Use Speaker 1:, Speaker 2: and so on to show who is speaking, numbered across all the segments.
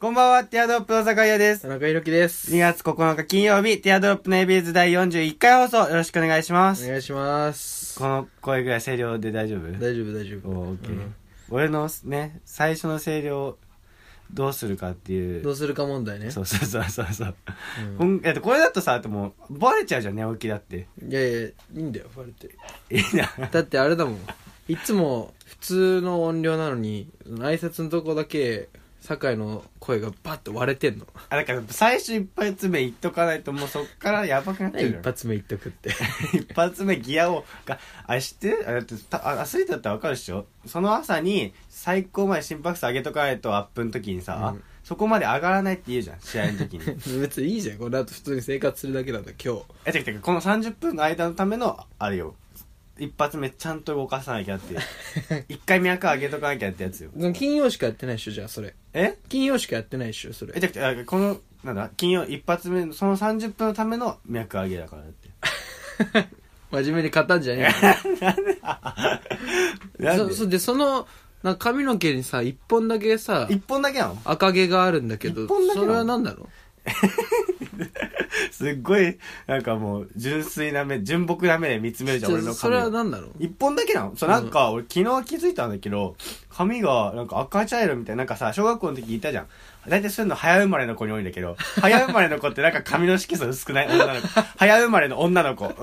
Speaker 1: こんばんは、ティアドロップの坂井です。
Speaker 2: 田中裕樹です。
Speaker 1: 2月9日金曜日、ティアドロップのエビーズ第41回放送、よろしくお願いしま
Speaker 2: お
Speaker 1: す。
Speaker 2: 願いします。
Speaker 1: この声ぐらい声量で大丈夫
Speaker 2: 大丈夫、大丈夫。
Speaker 1: おーオッケー
Speaker 2: うん
Speaker 1: 俺のね、最初の声量、どうするかっていう。
Speaker 2: どうするか問題ね。
Speaker 1: そうそうそうそうそう。
Speaker 2: うん
Speaker 1: こんだってこれだとさ、でもう、バレちゃうじゃん、寝起きだって。
Speaker 2: いやいや、いいんだよ、バレて。
Speaker 1: いいな。
Speaker 2: だってあれだもん。いつも普通の音量なのに、その挨拶のとこだけ、酒井の声がバッと割れてんの。
Speaker 1: あ、だから最初一発目言っとかないと、もうそっからやばくなっちゃうじゃ
Speaker 2: 一
Speaker 1: ん。
Speaker 2: 発目言っとくって。
Speaker 1: 一発目ギアをがあれ知ってるあれってたあアスリートだったら分かるでしょその朝に最高まで心拍数上げとかないとアップの時にさ、
Speaker 2: うん
Speaker 1: そこまで上がらないって言うじゃん試合の時 に
Speaker 2: 別にいいじゃん、この後普通に生活するだけなんだ、今日。
Speaker 1: えてかてかこの30分の間のためのあれよ一発目ちゃんと動かさなきゃっていう 一回脈上げとかなきゃってやつよ
Speaker 2: その金曜しかやってないっしょ、じゃあ、それ。
Speaker 1: え
Speaker 2: 金曜しかやってないっしょ、そ
Speaker 1: え
Speaker 2: れ。
Speaker 1: てかてかこのなんだ金曜一発目のその30分のための脈上げだからだって
Speaker 2: 真面目に勝ったんじゃねえ
Speaker 1: な
Speaker 2: よ。
Speaker 1: ん
Speaker 2: そ
Speaker 1: で
Speaker 2: そでそのなんか髪の毛にさ一本だけさ
Speaker 1: 一本だけなの
Speaker 2: 赤毛があるんだけど
Speaker 1: 一本だけな
Speaker 2: そ
Speaker 1: の
Speaker 2: れは何なの
Speaker 1: すっごい、なんかもう、純粋な目、純朴な目で見つめるじゃん、俺の
Speaker 2: そそれは
Speaker 1: 髪を。
Speaker 2: 何なの
Speaker 1: 一本だけなのそう、なんか、俺昨日気づいたんだけど、髪が、なんか赤茶色みたいな、なんかさ、小学校の時いたじゃん。大体そういうの早生まれの子に多いんだけ ど、早生まれの子ってなんか髪の色素薄くない女の子。早生まれの女の子。わか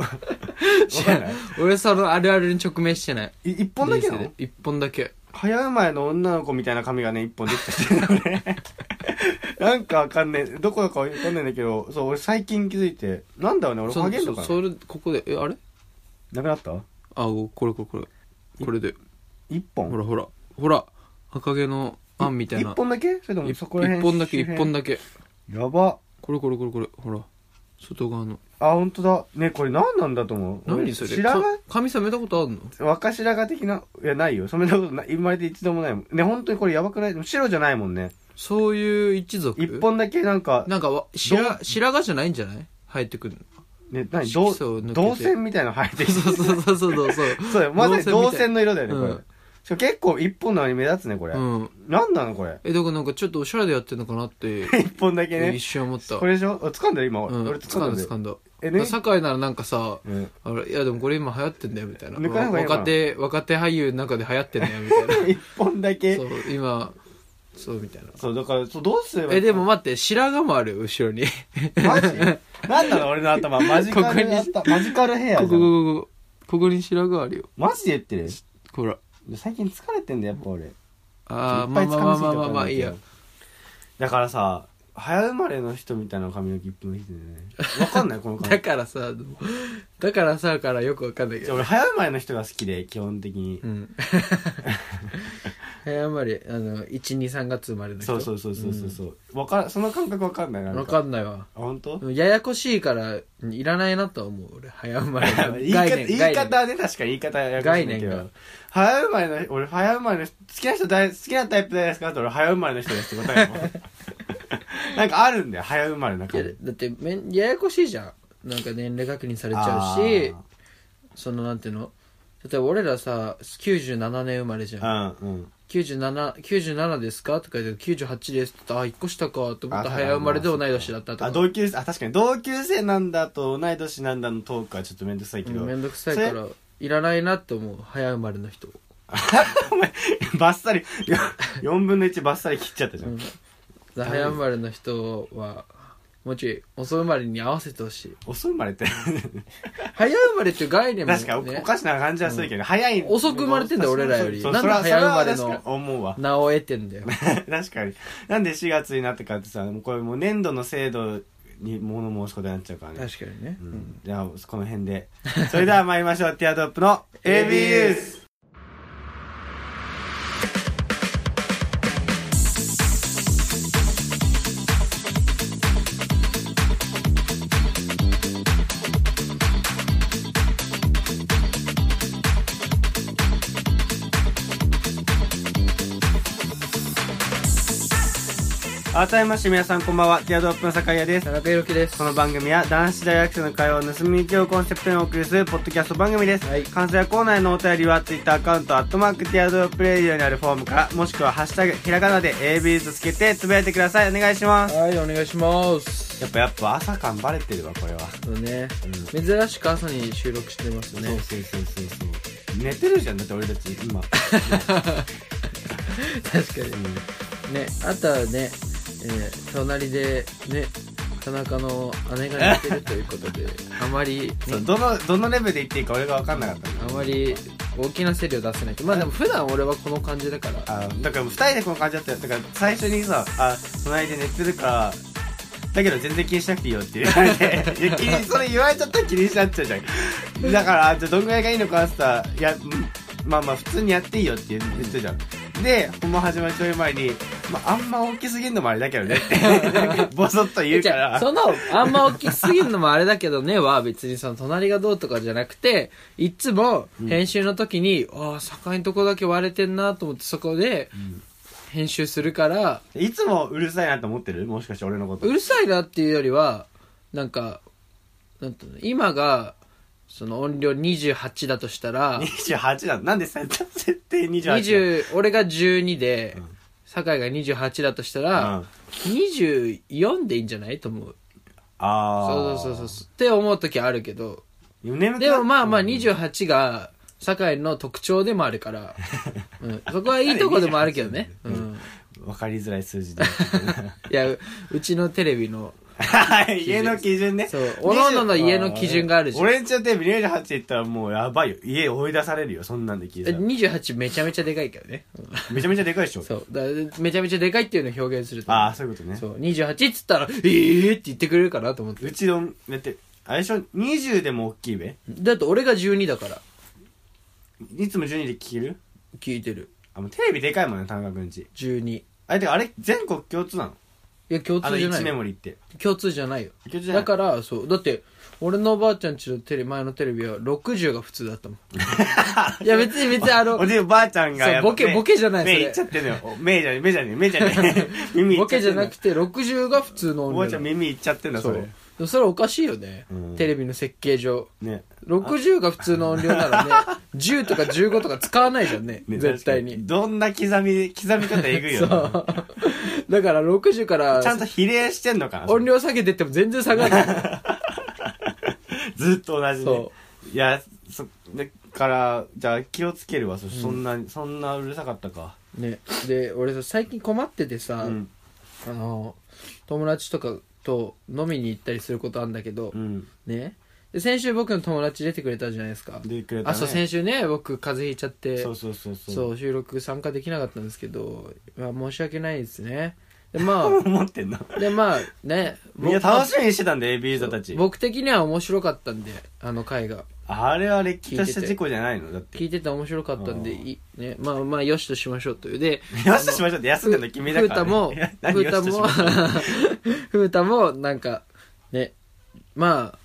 Speaker 1: んない
Speaker 2: 俺そのあるあるに直面してない
Speaker 1: い一本だけな
Speaker 2: 人
Speaker 1: の
Speaker 2: 生で一本だけ
Speaker 1: 早生まれの女の子みたいな髪がね、一本できてたのね。 なんかわかんねえ。どこだかわかんないんだけど、そう、俺最近気づいて、なんだろうね、俺ハゲんのか
Speaker 2: そ
Speaker 1: な
Speaker 2: それここでえあれ
Speaker 1: なくなった
Speaker 2: あおこれこれこれこれで
Speaker 1: 一本
Speaker 2: ほらほらほら赤毛のあんみたいな
Speaker 1: 一本だけそれとも
Speaker 2: 一
Speaker 1: そこら辺
Speaker 2: 一本だけ一本だけ
Speaker 1: けやば
Speaker 2: これこれこれこれほら外側の
Speaker 1: あ本当だねこれ何なんだと思う
Speaker 2: 何それ
Speaker 1: 白髪
Speaker 2: か髪染めたことあるの
Speaker 1: 若白髪的ないやないよ染めたことない生まれて一度もないもんね本当にこれやばくないでも白じゃないもんね
Speaker 2: そういう一族
Speaker 1: 一本だけなんか
Speaker 2: なんかわ
Speaker 1: ど
Speaker 2: 白白髪じゃないんじゃない生えてくるの
Speaker 1: ね何
Speaker 2: 色
Speaker 1: 銅
Speaker 2: 素を抜けて
Speaker 1: 銅線みたいなの生えてき て
Speaker 2: そうそうそうそうそ うそう。
Speaker 1: そうだよまさに銅
Speaker 2: みたい
Speaker 1: 線の色だよねこれ、
Speaker 2: うん
Speaker 1: しかも結構一本なのに目立つねこれ、
Speaker 2: うん。
Speaker 1: なんなのこれ
Speaker 2: え、だからなんかちょっとおしゃれでやってんのかなって、
Speaker 1: 一本だけ
Speaker 2: 一
Speaker 1: ね
Speaker 2: 瞬思った。
Speaker 1: これでしょあ掴んだよ今、
Speaker 2: うん、
Speaker 1: 俺掴んだよ
Speaker 2: 掴んだ。
Speaker 1: え
Speaker 2: だか
Speaker 1: ね
Speaker 2: ら酒井ならなんかさ、
Speaker 1: うん
Speaker 2: あれいやでもこれ今流行ってんだよみたいな。
Speaker 1: 抜かない方がいいのかな。
Speaker 2: 若手、若手俳優の中で流行ってんだよみたいな
Speaker 1: 一本だけ
Speaker 2: そう、今、そうみたいな。
Speaker 1: そうだからそうどうすればいい
Speaker 2: え、
Speaker 1: の
Speaker 2: でも待って、白髪もあるよ、後ろに。こ
Speaker 1: マジなんなの俺の頭。マジカル
Speaker 2: こ
Speaker 1: 頭。マジカルヘアじゃ
Speaker 2: こ、
Speaker 1: ん
Speaker 2: ここ、ここに白髪あるよ。
Speaker 1: マジで言ってる
Speaker 2: ほら。
Speaker 1: 最近疲れてんだよ、やっぱ俺。
Speaker 2: ああ、
Speaker 1: いっぱ
Speaker 2: まあ
Speaker 1: い
Speaker 2: まあ
Speaker 1: 疲
Speaker 2: ま
Speaker 1: れ
Speaker 2: あ
Speaker 1: すぎた
Speaker 2: まあまあまあ、いいや。。
Speaker 1: だからさ、早生まれの人みたいな髪の毛一本できてるね。わかんない、この
Speaker 2: だ
Speaker 1: 髪。
Speaker 2: からさ、でもだからさ、からよくわかんないけど
Speaker 1: 俺、早生まれの人が好きで、基本的に
Speaker 2: う。ん。 早生まれ、あの、1、2、3月生まれの人。
Speaker 1: そうそうそうそうそうそう。わから、その感覚わかんないな。
Speaker 2: うん。
Speaker 1: なん
Speaker 2: わか
Speaker 1: か
Speaker 2: んないわ。
Speaker 1: あ、ほんと
Speaker 2: でもややこしいから、いらないなとは思う。俺、早生 まれの
Speaker 1: 言い方、
Speaker 2: 概念。
Speaker 1: 言い
Speaker 2: 概念
Speaker 1: 方はね、確かに言い方はややこしいんだけ
Speaker 2: 概
Speaker 1: ど
Speaker 2: 念が。
Speaker 1: 早生まれの、俺、早生まれの、好きな人大、好きなタイプ誰ですかって俺、早生まれの人ですって答えるもん なんかあるんだよ、早生まれの中
Speaker 2: いや
Speaker 1: で。
Speaker 2: だってめん、ややこしいじゃん。なんか年齢確認されちゃうし
Speaker 1: あ、
Speaker 2: その、なんていうの例えば俺らさ、97年生まれじゃん。
Speaker 1: ーうん、うん。
Speaker 2: 97、97ですかとか言って、98ですって言ったら、あ、1個下か、と思ったら
Speaker 1: あ
Speaker 2: 早生まれで同い年だったとか。
Speaker 1: あ、同級生、あ、確かに同級生なんだと同い年なんだのトークはちょっとめんどくさいけ
Speaker 2: う
Speaker 1: ど。
Speaker 2: んめんどくさい から、いらないなって思う。早生まれの人。
Speaker 1: バッサリ、4分の1バッサリ切っちゃったじゃん。
Speaker 2: うん早生まれの人はもうちょい遅生まれに合わせてほしい
Speaker 1: 遅生まれって。
Speaker 2: 早生まれっていう概念も、ね、
Speaker 1: 確かお,、かしな感じはするけど、早い。
Speaker 2: 遅く生まれてんだよ俺らより
Speaker 1: そう
Speaker 2: なんで
Speaker 1: それは
Speaker 2: 早生まれの
Speaker 1: そは確かに思うわ。
Speaker 2: 名を得てんだよ
Speaker 1: 確かになんで4月になってからってさもうこれもう年度の制度に物申すことになっちゃうからね
Speaker 2: 確かにね、
Speaker 1: うん、じゃあこの辺でそれでは参りましょうティアドロップの AB ユース改めまして皆さんこんばんはティアドロップの酒屋です
Speaker 2: 田中裕樹です
Speaker 1: この番組は男子大学生の会話を盗み聞きをコンセプトにお送りするポッドキャスト番組です、
Speaker 2: はい
Speaker 1: 感想やコーナーへのお便りは Twitter アカウント「アットマークティアドロップレディオ」にあるフォームからもしくは「ハッシュタグひらがな」で AB とつけてつぶやいてくださいお願いします
Speaker 2: はいお願いします
Speaker 1: やっぱやっぱ朝感バレてるわこれは
Speaker 2: そうね、
Speaker 1: う
Speaker 2: 珍しく朝に収録してますね
Speaker 1: そうそうそうそう寝てるじゃんだって俺たち今
Speaker 2: 確かにねあとはね、えー隣でね田中の姉が寝てるということ であまり、ね、
Speaker 1: そうどのどのレベルで言っていいか俺が分かんなかったんだ
Speaker 2: あまり大きな声量出せないけどまあでも普段俺はこの感じだから
Speaker 1: あだからもう二人でこの感じだったよだから最初にさ「あ隣で寝てるからだけど全然気にしなくていいよ」って言わ れていや気にそれ言われちゃったら気にしなっちゃうじゃんだからあ「じゃあどんぐらいがいいのか?」ってさ「いやうんまあまあ普通にやっていいよ」って言ってたじゃんで本番始まるちょい前に、まあ、あんま大きすぎんのもあれだけど ねってボソッと言うか
Speaker 2: じゃあ
Speaker 1: ら
Speaker 2: そのあんま大きすぎるのもあれだけどねは別にその隣がどうとかじゃなくていつも編集の時に、ああ境のとこだけ割れてんなと思ってそこで編集するから
Speaker 1: いつもうるさいなと思ってるもしかして俺のこと
Speaker 2: うるさいなっていうよりはなんかなんていうの今がその音量28だとしたら
Speaker 1: 28だなんで設定28なの
Speaker 2: 20俺が12で、酒井が28だとしたら、
Speaker 1: うん
Speaker 2: 24でいいんじゃないと思う
Speaker 1: あ
Speaker 2: そ
Speaker 1: あ
Speaker 2: うそうそうそうって思う時あるけど
Speaker 1: 眠く
Speaker 2: で
Speaker 1: な
Speaker 2: もまあまあ28が酒井の特徴でもあ るから、うん、そこはいいとこでもあるけどね、うん、
Speaker 1: わかりづらい数字で。
Speaker 2: いやううちのテレビの
Speaker 1: 家の基準ね。
Speaker 2: そうおのおのの家の基準があるじゃん
Speaker 1: 俺んちのテレビ28って言ったらもうやばいよ。家追い出されるよ。そんなんで聞い
Speaker 2: え
Speaker 1: たら
Speaker 2: 28めちゃめちゃでかいけどね、うん
Speaker 1: めちゃめちゃでかいでしょ。
Speaker 2: そうだめちゃめちゃでかいっていうのを表現すると
Speaker 1: ああ、そういうことね。
Speaker 2: そう28っつったらええって言ってくれるかなと思って
Speaker 1: うちの、だって、あれでしょ、20でも大きいべ
Speaker 2: だって俺が12だから
Speaker 1: いつも12で聞ける
Speaker 2: 聞いてる
Speaker 1: あ、もうテレビでかいもんね、田中くんち。
Speaker 2: 12い
Speaker 1: あれ、てかあれ、全国共通なの
Speaker 2: や共
Speaker 1: あの
Speaker 2: 通じゃな
Speaker 1: 1
Speaker 2: い
Speaker 1: メモ
Speaker 2: よ
Speaker 1: リって。
Speaker 2: 共通じゃないよ
Speaker 1: 共通じゃない
Speaker 2: だからそうだって俺のおばあちゃんちのテレビ前のテレビは60が普通だったも んいや別に別にあの
Speaker 1: おじいおばあちゃんがやっぱ
Speaker 2: そうボケ
Speaker 1: 目
Speaker 2: ボケじゃない
Speaker 1: 目
Speaker 2: それ
Speaker 1: いっちゃってんのよ。お目じゃねえ、目じゃねえ、目じゃねえ。耳いっ
Speaker 2: ボ
Speaker 1: ちゃっ
Speaker 2: ケ
Speaker 1: てん
Speaker 2: じ
Speaker 1: の
Speaker 2: ゃなくて60が普通の
Speaker 1: お
Speaker 2: 音
Speaker 1: ばあ
Speaker 2: 量
Speaker 1: ちゃん耳いっちゃってんだ、
Speaker 2: そ
Speaker 1: そうれ
Speaker 2: で。もそれおかしいよね
Speaker 1: うん
Speaker 2: テレビの設計上
Speaker 1: ね。
Speaker 2: 60が普通の音量ならね 10とか15とか使わないじゃんね
Speaker 1: ね
Speaker 2: 絶対
Speaker 1: 確か
Speaker 2: に
Speaker 1: どんな刻み、刻み方えぐい
Speaker 2: そ
Speaker 1: よ
Speaker 2: う
Speaker 1: な。
Speaker 2: だから60から
Speaker 1: ちゃんと比例してんのかな
Speaker 2: 音量下げてっても全然下 がらない
Speaker 1: ずっと同じね
Speaker 2: そ。
Speaker 1: いや、そ、だから、じゃあ気をつけるわ。そそんな、そんなうるさかったか。
Speaker 2: ねで俺さ最近困ってて
Speaker 1: う
Speaker 2: さ、
Speaker 1: ん。
Speaker 2: あの友達とかと飲みに行ったりすることあるんだけど、
Speaker 1: うん。
Speaker 2: ねで先週僕の友達出てくれたじゃないですか、
Speaker 1: 出てくれたね
Speaker 2: あそう先週ね僕風邪ひいちゃって
Speaker 1: そうそうそうそう。
Speaker 2: そう収録参加できなかったんですけど、まあ、申し訳ないですねでま
Speaker 1: 思ってんの
Speaker 2: あでまあね
Speaker 1: みんな楽しみにしてたんだ、AB ユーザーたち。
Speaker 2: 僕的には面白かったんであの回が
Speaker 1: あれはれっきとした事故じゃないのだって。
Speaker 2: 聞いてて面白かったんでいい、ね、まあまあよしとしましょうというで
Speaker 1: よしとしましょうって休んでんの君だからね。い
Speaker 2: ふ
Speaker 1: うや
Speaker 2: たも、
Speaker 1: 何よしたとし
Speaker 2: ふうも
Speaker 1: ましょう、
Speaker 2: ふうたも、なんか、ね、まあ、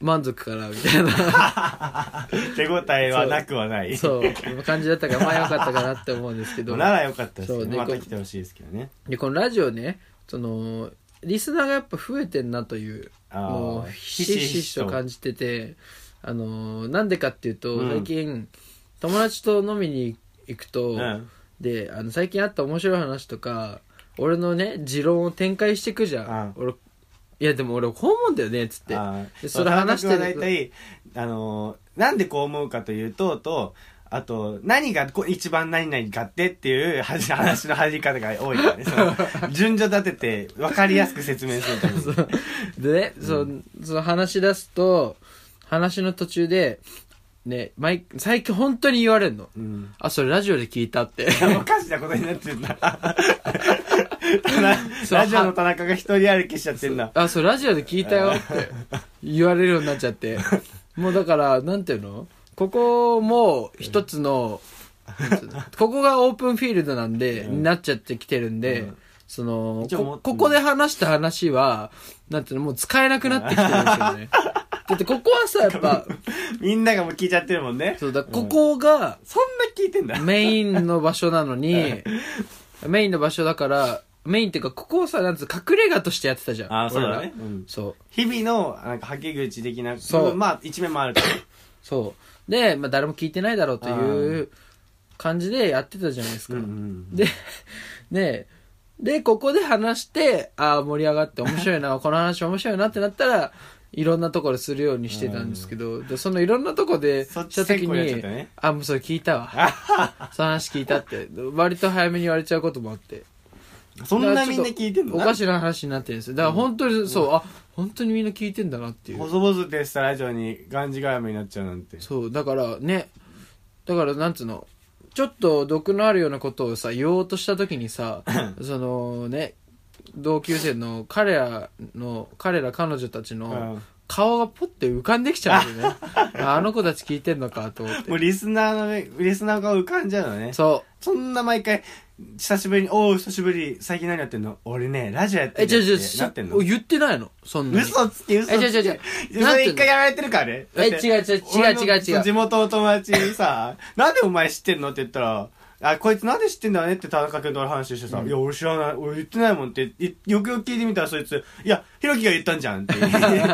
Speaker 2: 満足かな、みたい な、
Speaker 1: 手応えはなくはない。
Speaker 2: そう、感じだったから、まあよかったかなって思うんです けど、
Speaker 1: ならよかったですけど
Speaker 2: そう
Speaker 1: ね
Speaker 2: で
Speaker 1: また来てほしいですけどね。
Speaker 2: で、このラジオね、その、リスナーがやっぱ増えてんなという、
Speaker 1: あー
Speaker 2: もう、ひしひしと感じてて、あのー、なんでかっていうと、
Speaker 1: うん
Speaker 2: 最近、友達と飲みに行くと、
Speaker 1: うん
Speaker 2: であの最近あった面白い話とか俺のね持論を展開していくじゃん、俺いやでも俺こう思うんだよねっつって
Speaker 1: あー
Speaker 2: でそれ話して
Speaker 1: 田中君は大体あのーなんでこう思うかというととあと何がこ一番何々かってっていうはじ話の入り方が多いからねその 順序立てて分かりやすく説明するために
Speaker 2: でね、そその話し出すと話の途中で、ね、毎最近本当に言われるの、
Speaker 1: うん
Speaker 2: あそれラジオで聞いたって
Speaker 1: おかしなことになってるな ラジオの田中が一人歩きしちゃってんな
Speaker 2: あそれラジオで聞いたよって言われるようになっちゃってもうだからなんていうのここも一つの、なんていうのここがオープンフィールドなんで、
Speaker 1: うん
Speaker 2: なっちゃってきてるんで、
Speaker 1: うん
Speaker 2: その
Speaker 1: 一応も
Speaker 2: こここで話した話はなんていうのもう使えなくなってきてるんですよねだってここはさやっぱ
Speaker 1: みんながもう聞いちゃってるもんね
Speaker 2: そうだここが
Speaker 1: そんな聞いてんだ
Speaker 2: メインの場所なのにメインの場所だからメインっていうか、ここをさ、なんつう隠れ家としてやってたじゃん。
Speaker 1: ああ、そうだ
Speaker 2: 俺
Speaker 1: ね
Speaker 2: ら。。
Speaker 1: うん
Speaker 2: そう。
Speaker 1: 日々の、なんか、はけ口的な、
Speaker 2: そう
Speaker 1: まあ、一面もあるから。
Speaker 2: そう。で、まあ、誰も聞いてないだろうという感じでやってたじゃないですか。
Speaker 1: うんうん
Speaker 2: で、 ねで、ここで話して、ああ、盛り上がって面白いな、 この話面白いなってなったら、いろんなところでするようにしてたんですけど、でそのいろんなとこで、
Speaker 1: そっち
Speaker 2: した時
Speaker 1: 先行やっちゃっ
Speaker 2: に、
Speaker 1: たね
Speaker 2: あ、もうそれ聞い たわ。その話聞いたって、割と早めに言われちゃうこともあって。
Speaker 1: そんなみんな聞いてんの
Speaker 2: おかしな話になってるんですよ。だから本当に、そう、あ、本当にみんな聞いてんだなっていう。
Speaker 1: 細々としたラジオにがんじがらめになっちゃうなんて。
Speaker 2: そう、だからね、だからなんつうの、ちょっと毒のあるようなことをさ、言おうとした時にさ、そのね、同級生の彼らの、彼ら彼女たち
Speaker 1: う
Speaker 2: の
Speaker 1: ん
Speaker 2: 顔がポッて浮かんできちゃう んだよね。ああの子たち聞いてんのかと思って
Speaker 1: もう。リスナーのね、リスナーが浮かんじゃうのね。
Speaker 2: そう。
Speaker 1: そんな毎回、久しぶりに、おう、久しぶり、最近何やってんの俺ね、ラジオやって
Speaker 2: え、
Speaker 1: んだ
Speaker 2: じ
Speaker 1: よ
Speaker 2: ゃ
Speaker 1: っ
Speaker 2: じ
Speaker 1: てな
Speaker 2: ゃ
Speaker 1: ってんの
Speaker 2: 言ってないのそんなに。
Speaker 1: 嘘つき、嘘つき。
Speaker 2: え、じゃじゃじゃ
Speaker 1: それ一回やられてるからね。
Speaker 2: え
Speaker 1: だって
Speaker 2: 違う違う
Speaker 1: 俺の
Speaker 2: 違う違う違う
Speaker 1: 地元の友達にさ、 なんでお前知ってんのって言ったら、あ、こいつなんで知ってんだねって田中君と俺話してさ、いや、俺知らない、俺言ってないもんって、いよくよく聞いてみたらそいつ、いや、ひろきが言ったんじゃんって。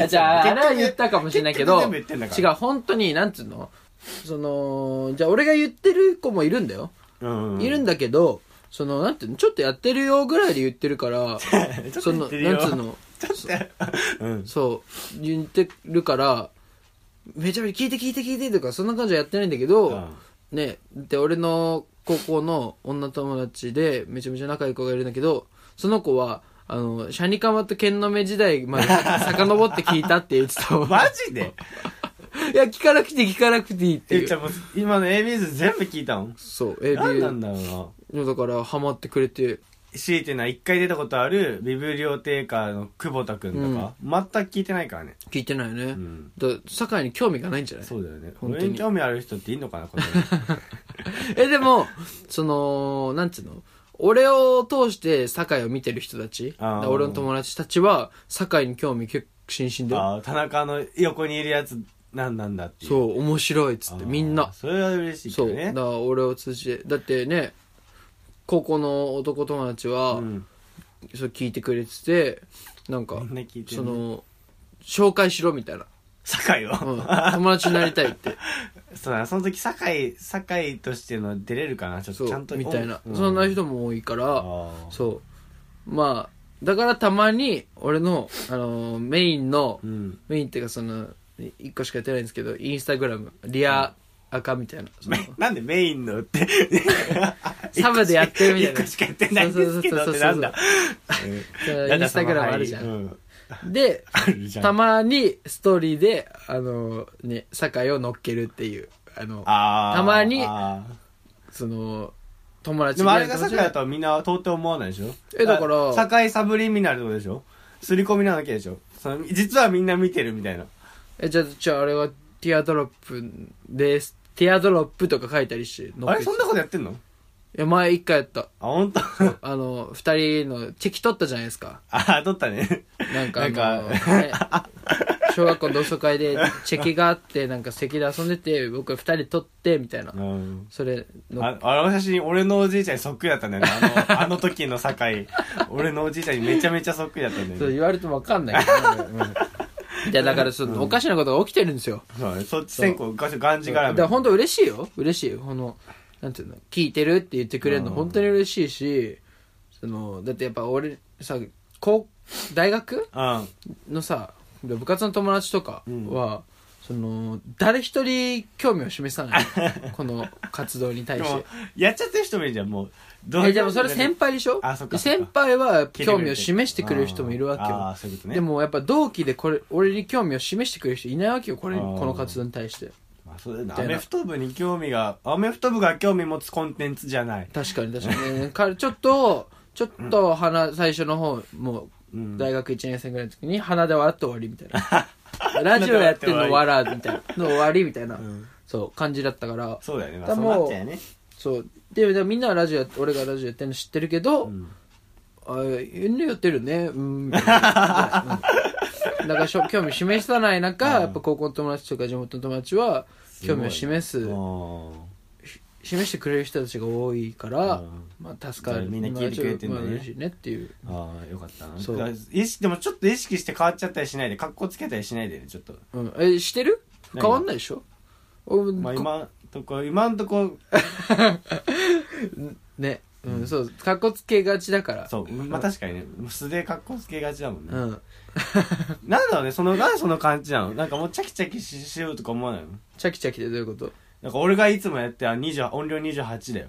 Speaker 2: あじゃあ、あれは言ったかもしれないけど、
Speaker 1: 結局全部言ってんだから
Speaker 2: 違う、本当に、なんつうのその、じゃあ俺が言ってる子もいるんだよ。
Speaker 1: うん。
Speaker 2: いるんだけど、その、なんていうの、ちょっとやってるよぐらいで言ってるか ら、
Speaker 1: ちょっ
Speaker 2: そ
Speaker 1: と
Speaker 2: の、
Speaker 1: 言ってるよ
Speaker 2: なんつうの、
Speaker 1: うん。
Speaker 2: そう、言ってるから、めちゃめちゃ聞いて聞いて聞いてとか、そんな感じはやってないんだけど、ね、で、俺の高校の女友達で、めちゃめちゃ仲良い子がいるんだけど、その子は、あの、シャニカマと剣の目時代ま で遡って聞いたって言ってたもん。
Speaker 1: マジで
Speaker 2: いや、聞かなくていい聞かなくていいって
Speaker 1: え、
Speaker 2: い
Speaker 1: じゃ
Speaker 2: う。
Speaker 1: あもう、今の ABS 全部聞いたもん。
Speaker 2: そう、
Speaker 1: 何
Speaker 2: AB
Speaker 1: なんだろうな。
Speaker 2: の、だから、ハマってくれて、
Speaker 1: 強いていうのは一回出たことあるビブリオテーカーの久保田君とか、全く聞いてないからね。
Speaker 2: 聞いてないよね。
Speaker 1: うん。
Speaker 2: だ堺に興味がないんじゃない
Speaker 1: そうだよね。
Speaker 2: 本当に
Speaker 1: 俺に興味ある人っていいのかな、これ。
Speaker 2: えでもそのなんつうの俺を通して堺を見てる人たち
Speaker 1: あー
Speaker 2: だ俺の友達たちは堺に興味結構津々だよ
Speaker 1: ああ、田中の横にいるやつ、なんなんだっていう。
Speaker 2: そう面白いっつって
Speaker 1: あー
Speaker 2: みんな
Speaker 1: それは嬉しいけ
Speaker 2: そ
Speaker 1: ど
Speaker 2: うだ
Speaker 1: ね。
Speaker 2: から俺を通じてだってね高校の男友達は、
Speaker 1: うん。
Speaker 2: そう聞いてくれててなんか
Speaker 1: みんな聞いて
Speaker 2: そ
Speaker 1: るね。
Speaker 2: の紹介しろみたいな、
Speaker 1: 酒 井を。
Speaker 2: うん、友達になりたいって
Speaker 1: そうだな、その時酒井、酒井としての出れるかな、ちょっ
Speaker 2: そ
Speaker 1: とちゃ
Speaker 2: うん
Speaker 1: と。
Speaker 2: みたいな、
Speaker 1: う
Speaker 2: そんな人も多いから
Speaker 1: あー
Speaker 2: そう。まあ、だからたまに、俺の、あのーメインの、
Speaker 1: うん。
Speaker 2: メインっていうかその、一個しかやってないんですけど、インスタグラム、リア赤みたいな。その
Speaker 1: めなんでメインのって。
Speaker 2: サブでやってるみたい な
Speaker 1: 一個しかやってないんですけどってなんだ。 うん
Speaker 2: インスタグラムあるじゃん。
Speaker 1: うん
Speaker 2: で、
Speaker 1: あるじゃん。
Speaker 2: たまにストーリーで、あのーね、酒井を乗っけるっていう、あの、
Speaker 1: あー
Speaker 2: たまに
Speaker 1: あ
Speaker 2: その、友
Speaker 1: ー
Speaker 2: 達
Speaker 1: でもあれが
Speaker 2: 友達
Speaker 1: 酒井だとみんな到底思わないでしょ
Speaker 2: えだから
Speaker 1: 酒井サブリミナルってことでしょ刷り込みなだけでしょその実はみんな見てるみたいな。
Speaker 2: え、じゃあ、じゃああれは、ティアドロップです。ティアドロップとか書いたりして、乗
Speaker 1: あ
Speaker 2: っ
Speaker 1: れ
Speaker 2: けて
Speaker 1: そんなことやってんの
Speaker 2: いや、前一回やった。
Speaker 1: あ、ほんと
Speaker 2: あの、二人のチェキ取ったじゃないですか。
Speaker 1: あ、撮ったね。
Speaker 2: なんかあの、
Speaker 1: なん
Speaker 2: ね 小学校の同窓会でチェキがあって、なんか席で遊んでて、僕は二人取って、みたいな
Speaker 1: う。ん。
Speaker 2: それの、
Speaker 1: ああの写真、俺のおじいちゃんにそっくりだったんだよね。あの、あの時の酒井。俺のおじいちゃんにめちゃめちゃそっくりだったんだ
Speaker 2: そう
Speaker 1: よね。
Speaker 2: 言われてもわかんないけ どね、うんいや、だからその、おかしなことが起きてるんですよ。
Speaker 1: そうねそっち先行、ガチがんじがら
Speaker 2: だ
Speaker 1: め。
Speaker 2: から本当嬉しいよ。嬉しい。この、なんていうの、聞いてるって言ってくれるの本当に嬉しいし、その、だってやっぱ俺、さ、高、大学
Speaker 1: うん。
Speaker 2: のさ部活の友達とかは、その誰一人興味を示さ ないこの活動に対
Speaker 1: で
Speaker 2: し
Speaker 1: も
Speaker 2: て、
Speaker 1: やっちゃってる人もいるじゃん、もう。ど
Speaker 2: えでもそれ先輩でしょ
Speaker 1: あそっか
Speaker 2: で
Speaker 1: そっか
Speaker 2: 先輩は興味を示してくれる人もいるわけ
Speaker 1: あ
Speaker 2: よ
Speaker 1: あ、そういうことね。
Speaker 2: でもやっぱ同期でこれ俺に興味を示してくれる人いないわけよこれ
Speaker 1: あ
Speaker 2: こ
Speaker 1: ー
Speaker 2: の活動に対して
Speaker 1: まあ、そうだよね
Speaker 2: た
Speaker 1: ア
Speaker 2: いな
Speaker 1: メフト部に興味がアメフト部が興味持つコンテンツじゃない、
Speaker 2: 確かに確かに、ね、かちょっとちょっと鼻最初の方も
Speaker 1: う、
Speaker 2: うん大学1年生ぐらいの時に鼻で笑って終わりみたい なラジオやってんの笑うみたいなの終わりみたいな、
Speaker 1: ん
Speaker 2: そう感じだったから
Speaker 1: そうだよね、まあ、
Speaker 2: だ
Speaker 1: そ
Speaker 2: か
Speaker 1: う
Speaker 2: ら
Speaker 1: な
Speaker 2: も
Speaker 1: っ
Speaker 2: う
Speaker 1: ちゃうよね
Speaker 2: そうででみんなはラジオや俺がラジオやってるの知ってるけど、
Speaker 1: ん
Speaker 2: あ遠慮やってるね うんみたいなうんだからしょ興味示さない中、やっぱ高校の友達とか地元の友達は興味を示す
Speaker 1: あ
Speaker 2: 示してくれる人たちが多いから、まあ、助かる
Speaker 1: みんな聞いてくれてんだね
Speaker 2: まあちょっとまあ嬉しいねっていう
Speaker 1: ああよかったな
Speaker 2: そう
Speaker 1: だから意識でもちょっと意識して変わっちゃったりしないで格好つけたりしないでねちょっと、
Speaker 2: うん、えしてる
Speaker 1: 何
Speaker 2: 変
Speaker 1: が
Speaker 2: わんないでしょ俺
Speaker 1: まあ、
Speaker 2: こ
Speaker 1: 今んとこ今んとこ
Speaker 2: ね、うんそうかっこつけがちだから
Speaker 1: そうまあ確かにね素で格好つけがちだもんね、
Speaker 2: うん
Speaker 1: なんだろうねそのなんでその感じなのなんかもうチャキチャキししようとか思わないの
Speaker 2: チャキチャキってどういうこと
Speaker 1: なんか俺がいつもやってあ20音量28だよ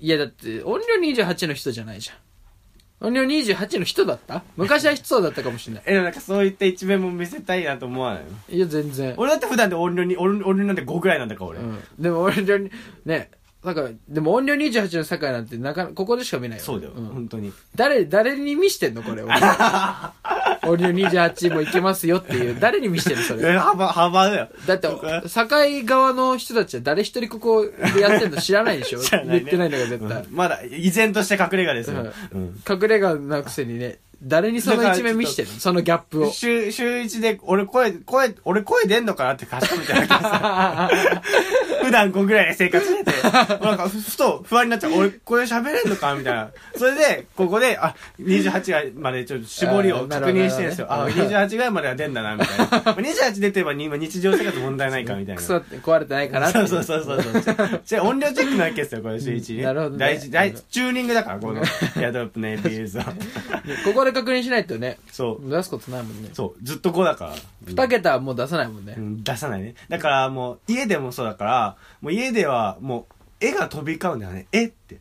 Speaker 2: いやだって音量28の人じゃないじゃん音量28の人だった昔はそうだったかもしれない
Speaker 1: えでもなんかそういった一面も見せたいなと思わないの
Speaker 2: いや全然、
Speaker 1: 俺だって普段で音量に音音量なんて5ぐらいなんだから
Speaker 2: う
Speaker 1: 俺、
Speaker 2: ん、でも音量にねだからでも音量28の酒井なんてなかなここでしか見ないよ
Speaker 1: そうだよ、
Speaker 2: ん
Speaker 1: 本当に
Speaker 2: 誰誰に見してんの これ俺音量28もいけますよっていう誰に見してるそれ
Speaker 1: え幅幅だよ
Speaker 2: だって、境側の人たちは誰一人ここでやってんの知らないでしょ
Speaker 1: 知らないね
Speaker 2: 言ってないんだから絶対
Speaker 1: うん。まだ依然として隠れ家ですよ、うん
Speaker 2: 隠れ家なくせにね、誰にその一面見してんのそのギャッ プを。
Speaker 1: 週週一で俺声声俺声出んのかなって確かめてなきゃさ 普段5ぐらいで生活して てなんかふふと不安になっちゃう俺これ喋れんのかみたいなそれでここであ28までちょっと絞りを確認してるんですよ
Speaker 2: あ
Speaker 1: あ
Speaker 2: ーなるほどね
Speaker 1: 28ぐらいまでは出んだなみたいな 28出てれば今日常生活問題ないかみたいな
Speaker 2: クソって壊れてないかなって
Speaker 1: そ
Speaker 2: いう
Speaker 1: そうそうそう そう。じゃあ音量チェックなわけですよ、これ、週一に。
Speaker 2: なるほどね
Speaker 1: 大事、大事、チューニングだから、この、ヤドロップの APS は。
Speaker 2: ここで確認しないとね、
Speaker 1: そう。
Speaker 2: 出すことないもんね。
Speaker 1: そう、ずっとこうだから。
Speaker 2: 二桁はもう出さないもんね
Speaker 1: う。ん出さないね。だからもう、家でもそうだから、もう家ではもう、絵が飛び交うんだよね。えって。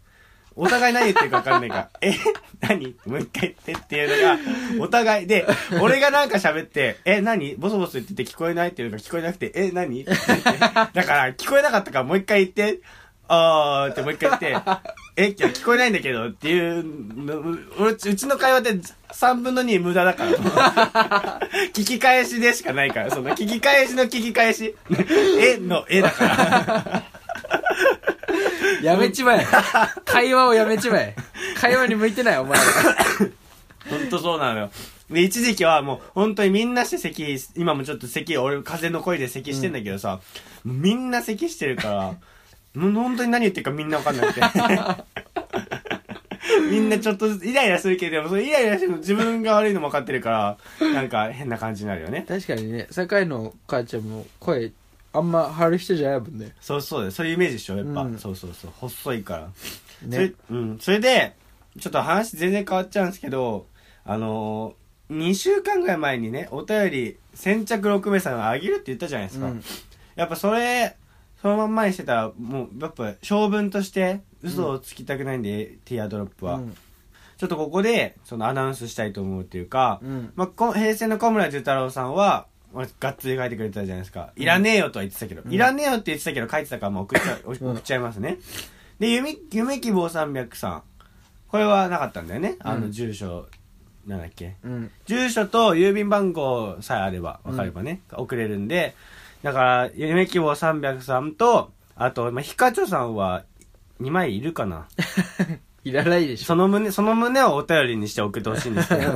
Speaker 1: お互い何言ってるか分かんないから、 え何もう一回言ってっていうのが、お互いで、俺がなんか喋って、え何ボソボソ言ってて聞こえないっていうのが聞こえなくて、え何 って言ってだから、聞こえなかったからもう一回言って、あーってもう一回言って、えいや聞こえないんだけどっていうの、俺うちうちの会話って3分の2無駄だから。 聞き返しでしかないから、その聞き返しの聞き返し。 えのえだから。
Speaker 2: やめちまえ。会話をやめちまえ。会話に向いてない、お前ら。
Speaker 1: ほんとそうなのよ。で、一時期はもう本当にみんなして咳、今もちょっと咳、俺風の声で咳してんだけどさ、みんな咳してるから、もう本当に何言ってるかみんなわかんなくて。 みんなちょっとイライラするけど、でもそのイライラしてるの自分が悪いのも分かってるから、なんか変な感じになるよね。
Speaker 2: 確かにね、酒井の母ちゃんも声、あんま張る人じゃないもんね。
Speaker 1: そうそうだよそういうイメージでしょやっぱ、
Speaker 2: うん
Speaker 1: そうそうそう細いから、
Speaker 2: ね
Speaker 1: それうん、それでちょっと話全然変わっちゃうんですけどあのー、2週間ぐらい前にねお便り先着6名さんあげるって言ったじゃないですか、
Speaker 2: うん
Speaker 1: やっぱそれそのまんまにしてたらもうやっぱ性分として嘘をつきたくないんで、ティアドロップは、
Speaker 2: うん
Speaker 1: ちょっとここでそのアナウンスしたいと思うっていうか、
Speaker 2: うん
Speaker 1: まあ、こ平成の小村寿太郎さんは、まあ、がっつり書いてくれてたじゃないですか。いらねえよとは言ってたけど、
Speaker 2: うん
Speaker 1: いらねえよって言ってたけど書いてたから、まあ、送っちゃ、送っちゃいますね。で、夢、夢希望300さん。これはなかったんだよね。あ
Speaker 2: う
Speaker 1: の、
Speaker 2: ん
Speaker 1: 住所、なんだっけ。
Speaker 2: うん。
Speaker 1: 住所と郵便番号さえあれば、わかればね、送れるんで、だから、夢希望300さんと、あと、まあ、ヒカチョさんは、2枚いるかない
Speaker 2: らないでしょ。
Speaker 1: その胸、その胸をお便りにして送ってほしいんですけ ど。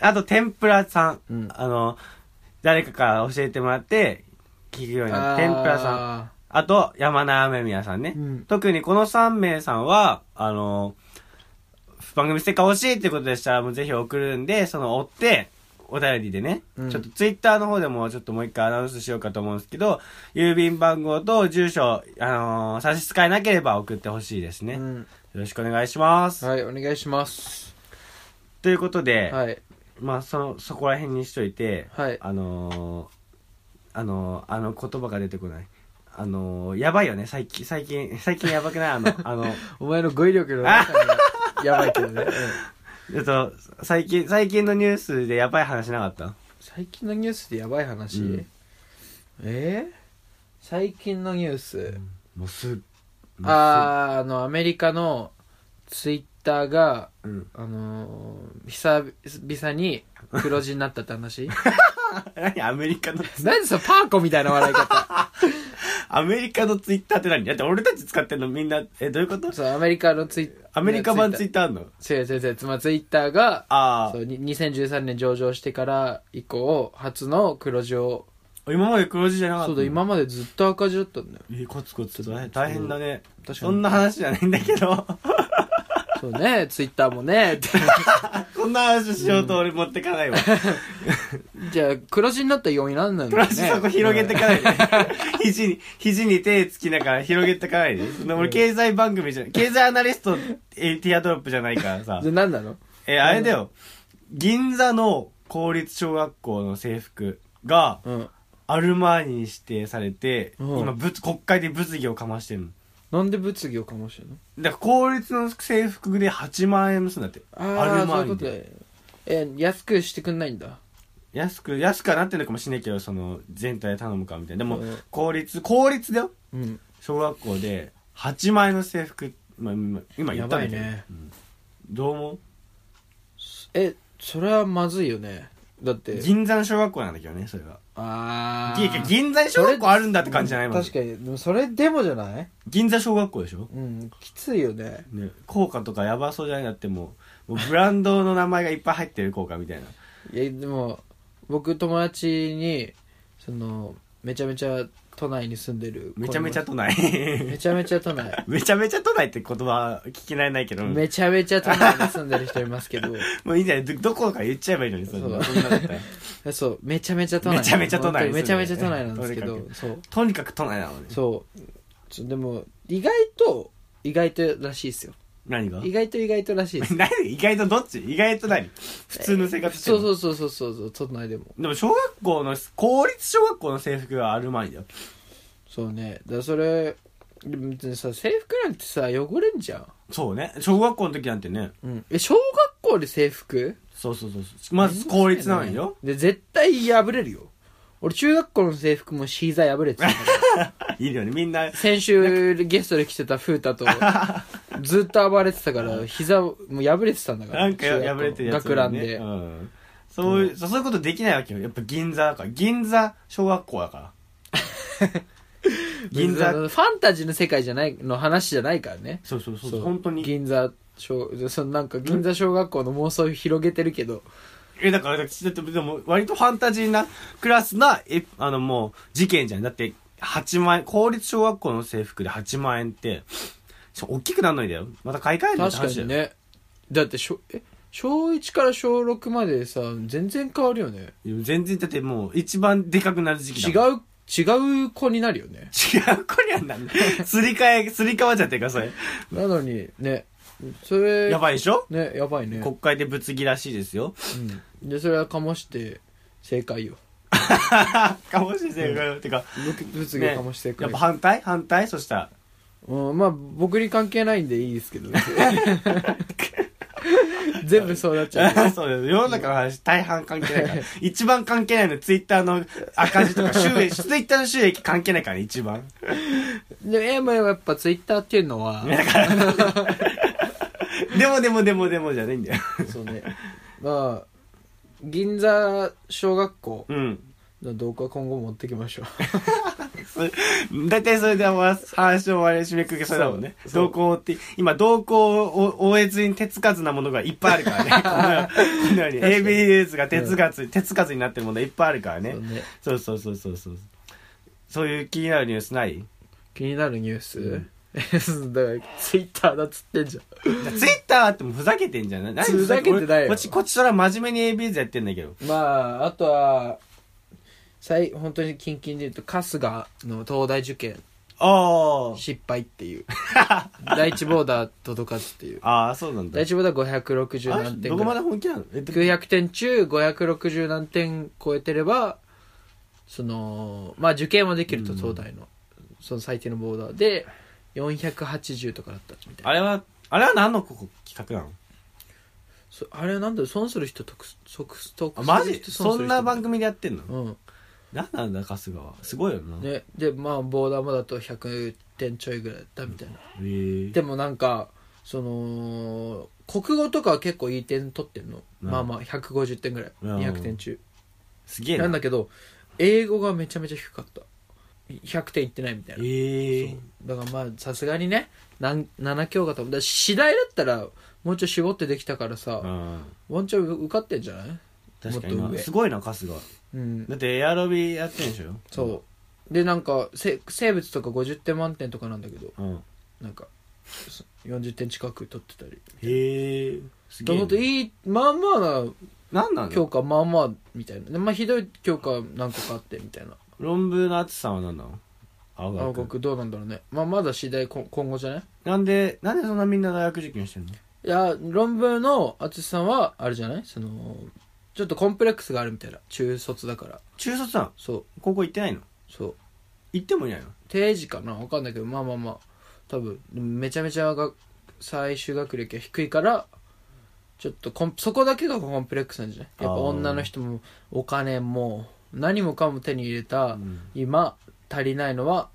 Speaker 1: あと、天ぷらさん,、
Speaker 2: うん
Speaker 1: あの、誰かから教えてもらって、聞くようになった天ぷらさん。
Speaker 2: あ
Speaker 1: あと、山名雨宮さんね、
Speaker 2: うん
Speaker 1: 特にこの3名さんは、あの、番組ステッカー欲しいってことでしたら、もうぜひ送るんで、その追って、お便りでね、
Speaker 2: うん
Speaker 1: ちょっとツイッターの方でもちょっともう一回アナウンスしようかと思うんですけど、郵便番号と住所、あのー差し支えなければ送ってほしいですね、
Speaker 2: ーう
Speaker 1: よ
Speaker 2: ん
Speaker 1: ろしくお願いします。
Speaker 2: はい、お願いします。
Speaker 1: ということで、
Speaker 2: はい。
Speaker 1: まあそのそこら辺にしといて、
Speaker 2: はい
Speaker 1: あのー、あのー、あの言葉が出てこないあのー、やばいよね最近最近最近やばくないあ のあの
Speaker 2: お前の語彙力の中にはやばいけどね、うん
Speaker 1: えっと最近最近のニュースでやばい話なかった
Speaker 2: 最近のニュースでやばい話、
Speaker 1: うん
Speaker 2: えー最近のニュース、
Speaker 1: もうす
Speaker 2: あああのアメリカのツイッターが
Speaker 1: うん、
Speaker 2: あのー久々に黒字になったって 話
Speaker 1: 何アメリカの
Speaker 2: 何そのパーコみたいな笑い方
Speaker 1: アメリカのツイッターって何だって俺たち使ってんのみんなえどういうこと
Speaker 2: そうアメリカのツイ
Speaker 1: アメリカ版ツイ
Speaker 2: ッ
Speaker 1: ッターあんの
Speaker 2: ター違う違う違うつまりツイッターが
Speaker 1: あ
Speaker 2: そうに2013年上場してから以降初の黒字を
Speaker 1: 今まで黒字じゃなかった
Speaker 2: そ
Speaker 1: の
Speaker 2: うだ、今までずっと赤字だったんだよ。
Speaker 1: えーコツコツと大変大変だね
Speaker 2: 確かに
Speaker 1: そんな話じゃないんだけ ど
Speaker 2: そうね、ツイッター もね。
Speaker 1: こんな話しようと俺持ってかない わ
Speaker 2: じゃあ、黒字になった要因なんなんだ
Speaker 1: プラ
Speaker 2: ろう
Speaker 1: ス
Speaker 2: ね。
Speaker 1: そこ広げてかないで肘に肘に手つきながら広げてかないで俺経済番組じゃない経済アナリストえーティアドロップじゃないからさ
Speaker 2: じゃあ何なの
Speaker 1: えーあれだよ銀座の公立小学校の制服が
Speaker 2: うん。
Speaker 1: アルマーニに指定されて、
Speaker 2: うん
Speaker 1: 今ぶつ国会で物議をかましてるの
Speaker 2: なんで物議を醸してんの
Speaker 1: だから公立の制服で8万円もするんだってア
Speaker 2: あ
Speaker 1: ル
Speaker 2: あ、そ
Speaker 1: マー
Speaker 2: ういうこ
Speaker 1: ニ
Speaker 2: と
Speaker 1: で
Speaker 2: で。え、安くしてくんないんだ。
Speaker 1: 安く安くはなってるのかもしれないけどその全体で頼むかみたいなでも、
Speaker 2: うん
Speaker 1: 公立公立だよ
Speaker 2: うん。
Speaker 1: 小学校で8万円の制服、まあ、今今言
Speaker 2: や
Speaker 1: ったん
Speaker 2: ば
Speaker 1: だ
Speaker 2: い
Speaker 1: けど、
Speaker 2: ね。
Speaker 1: どう思
Speaker 2: え、それはまずいよね。だっ
Speaker 1: う
Speaker 2: て。
Speaker 1: 銀座の小学校なんだけどねそれは
Speaker 2: あ
Speaker 1: いやいや
Speaker 2: あ。
Speaker 1: 銀座に小学校あるんだって感じじゃないもん
Speaker 2: 確かに。でもそれでもじゃない
Speaker 1: 銀座小学校でしょ、
Speaker 2: うん。きついよね。
Speaker 1: ね、効果とかやばそうじゃないだってもうもうブランドの名前がいっぱい入ってる効果みたいない
Speaker 2: やでも僕友達にそのめちゃめちゃ都内に住んでる子
Speaker 1: めちゃめちゃ
Speaker 2: に
Speaker 1: 都内
Speaker 2: めちゃめちゃ都内
Speaker 1: めちゃめちゃ都内って言葉聞き慣れないけど
Speaker 2: めちゃめちゃ都内に住んでる人いますけど
Speaker 1: もういいんじゃないどどこか言っちゃえばいいのにそんな
Speaker 2: そ
Speaker 1: そんなだったら
Speaker 2: そうめちゃめちゃ都内
Speaker 1: めちゃめちゃ都内
Speaker 2: 本当にめちゃめちゃ都内なんですけ
Speaker 1: とに
Speaker 2: どそう
Speaker 1: とにかく都内なのね
Speaker 2: そうちょでも意外と意外とらしいですよ
Speaker 1: 何が
Speaker 2: 意外と意外とらしいです
Speaker 1: 何 意外とどっち意外と何普通の生活して
Speaker 2: そ
Speaker 1: る
Speaker 2: う
Speaker 1: の
Speaker 2: そうそうそうそうそう都内でも
Speaker 1: でも小学校の公立小学校の制服がある前だよ
Speaker 2: そうねだからそれでも別にさ制服なんてさ汚れんじゃん、
Speaker 1: そうね小学校の時なんてね
Speaker 2: うん、え小学校で制服
Speaker 1: そうそうそうそうまず公立なのによ
Speaker 2: で絶対破れるよ俺中学校の制服もシーザー破れてたから
Speaker 1: いるよねみんな
Speaker 2: 先週ゲストで来てた風太とずっと暴れてたから膝もう破れてたんだから
Speaker 1: なんか
Speaker 2: 中学校
Speaker 1: や破れてるやつ
Speaker 2: 学ランで、
Speaker 1: うんそういうそうそういうことできないわけよやっぱ銀座だから銀座小学校だから 銀座
Speaker 2: ファンタジーの世界じゃないの話じゃないからね
Speaker 1: そうそうそう
Speaker 2: そう
Speaker 1: 本当に
Speaker 2: 銀座小そのなんか銀座小学校の妄想を広げてるけど
Speaker 1: えだからだってでも割とファンタジーなクラスなえあのもう事件じゃんだって8万円公立小学校の制服で8万円ってちょ大きくなんないんだよまた買い替えるのって
Speaker 2: 確か
Speaker 1: 話だよ
Speaker 2: にねだって小え小1から小6までさ全然変わるよね
Speaker 1: いや全然だってもう一番でかくなる時期
Speaker 2: 違
Speaker 1: だもん
Speaker 2: う違う子になるよね
Speaker 1: 違う子には なんだすり替えすり替わっちゃってるからそれ
Speaker 2: なのにねそれ
Speaker 1: やばいでしょ
Speaker 2: ねやばいね、
Speaker 1: 国会で物議らしいです よ
Speaker 2: うん、でそれはかもして正解よ
Speaker 1: かもしれないよてか
Speaker 2: 物議をかもして
Speaker 1: ね
Speaker 2: く
Speaker 1: や
Speaker 2: れ
Speaker 1: っぱ反対反対そしたら
Speaker 2: うん、まあ僕に関係ないんでいいですけどね 全部そうなっちゃう
Speaker 1: そうだよ世の中の話大半関係ない から一番関係ないのツイッターの赤字とか収 益ツイッターの収益関係ないからね一番
Speaker 2: でえまあやっぱツイッターっていうのは
Speaker 1: でもでもでもでもじゃないんだよ
Speaker 2: そうねまあ銀座小学校
Speaker 1: うん
Speaker 2: の動画今後持ってきましょう
Speaker 1: 大体それで終わらす話を終わり締めくけそれだもんね
Speaker 2: そう
Speaker 1: 動向って今動向を終えずに手つかずなものがいっぱいある からねこのように ABS が手つかず手つかずになってるものいっぱいあるからね
Speaker 2: そうね
Speaker 1: そうそうそうそうそうそういう気になるニュースない
Speaker 2: 気になるニュース、 だからツイッターだっつってんじゃん
Speaker 1: ツイッターってもうふざけてんじゃない
Speaker 2: ふざけてないよ
Speaker 1: こっち、こっちそら真面目に ABS やってんだけど。
Speaker 2: まああとは最本当に近々で言うと春日の東大受験
Speaker 1: あ
Speaker 2: 失敗って いう第一ボーダー届かずっていう
Speaker 1: あ。ああ、そうなんだ
Speaker 2: 第。一ボーダー560
Speaker 1: あ
Speaker 2: 何点
Speaker 1: ど
Speaker 2: ぐ
Speaker 1: こま
Speaker 2: ら
Speaker 1: で
Speaker 2: い
Speaker 1: 本気なのえっと、
Speaker 2: 900点中560何点超えてればそのまあ受験はできると東大の、その最低のボーダーで480とかだったみたいな
Speaker 1: あれは、あれは何のこ企画なの
Speaker 2: そあれなんだろう損する人得す得す得
Speaker 1: あ、
Speaker 2: する人
Speaker 1: マジそんな番組でやってんの
Speaker 2: うん
Speaker 1: なんなんだ、春日は。すごいよな。
Speaker 2: ね、でまあボーダーもだと100点ちょいぐらいだったみたいな、
Speaker 1: へえ。
Speaker 2: でもなんかその国語とかは結構いい点取ってんの、
Speaker 1: うん
Speaker 2: まあまあ150点ぐらい、
Speaker 1: うん
Speaker 2: 200点中
Speaker 1: すげえ
Speaker 2: な
Speaker 1: な。
Speaker 2: んだけど英語がめちゃめちゃ低かった100点いってないみたいな、
Speaker 1: へえ。
Speaker 2: そうだからまあさすがにねなん7教科ともだから次第だったらもうちょい絞ってできたからさ、
Speaker 1: うん。
Speaker 2: ワンチャン受かってんじゃない
Speaker 1: 確か
Speaker 2: も
Speaker 1: に
Speaker 2: っと
Speaker 1: な
Speaker 2: 上
Speaker 1: すごいな春日
Speaker 2: うん
Speaker 1: だってエアロビやってんでしょ
Speaker 2: そうでなんかせ生物とか50点満点とかなんだけど
Speaker 1: うん
Speaker 2: なんかそ40点近く取ってたり
Speaker 1: へえす
Speaker 2: と
Speaker 1: げ
Speaker 2: 思って
Speaker 1: え
Speaker 2: いいまあまあな
Speaker 1: 何な
Speaker 2: 教
Speaker 1: の
Speaker 2: 科まあまあみたいなでまあひどい教科何個かあってみたいな
Speaker 1: 論文の厚さは何なの青
Speaker 2: 青
Speaker 1: 学
Speaker 2: 学どうなんだろうねまあまだ次第こ今後じゃない
Speaker 1: なんでなんでそんなみんな大学受験してんの
Speaker 2: いや論文の淳さんはあれじゃないそのちょっとコンプレックスがあるみたいな中卒だから
Speaker 1: 中卒なの
Speaker 2: そう
Speaker 1: 高校行ってないの
Speaker 2: そう
Speaker 1: 行ってもいないの
Speaker 2: 定時かな分かんないけどまあまあまあ多分めちゃめちゃが最終学歴が低いからちょっとコンそこだけがコンプレックスなんじゃないやっ
Speaker 1: あ
Speaker 2: ぱ
Speaker 1: ー
Speaker 2: 女の人もお金も何もかも手に入れた
Speaker 1: うん
Speaker 2: 今足りないのは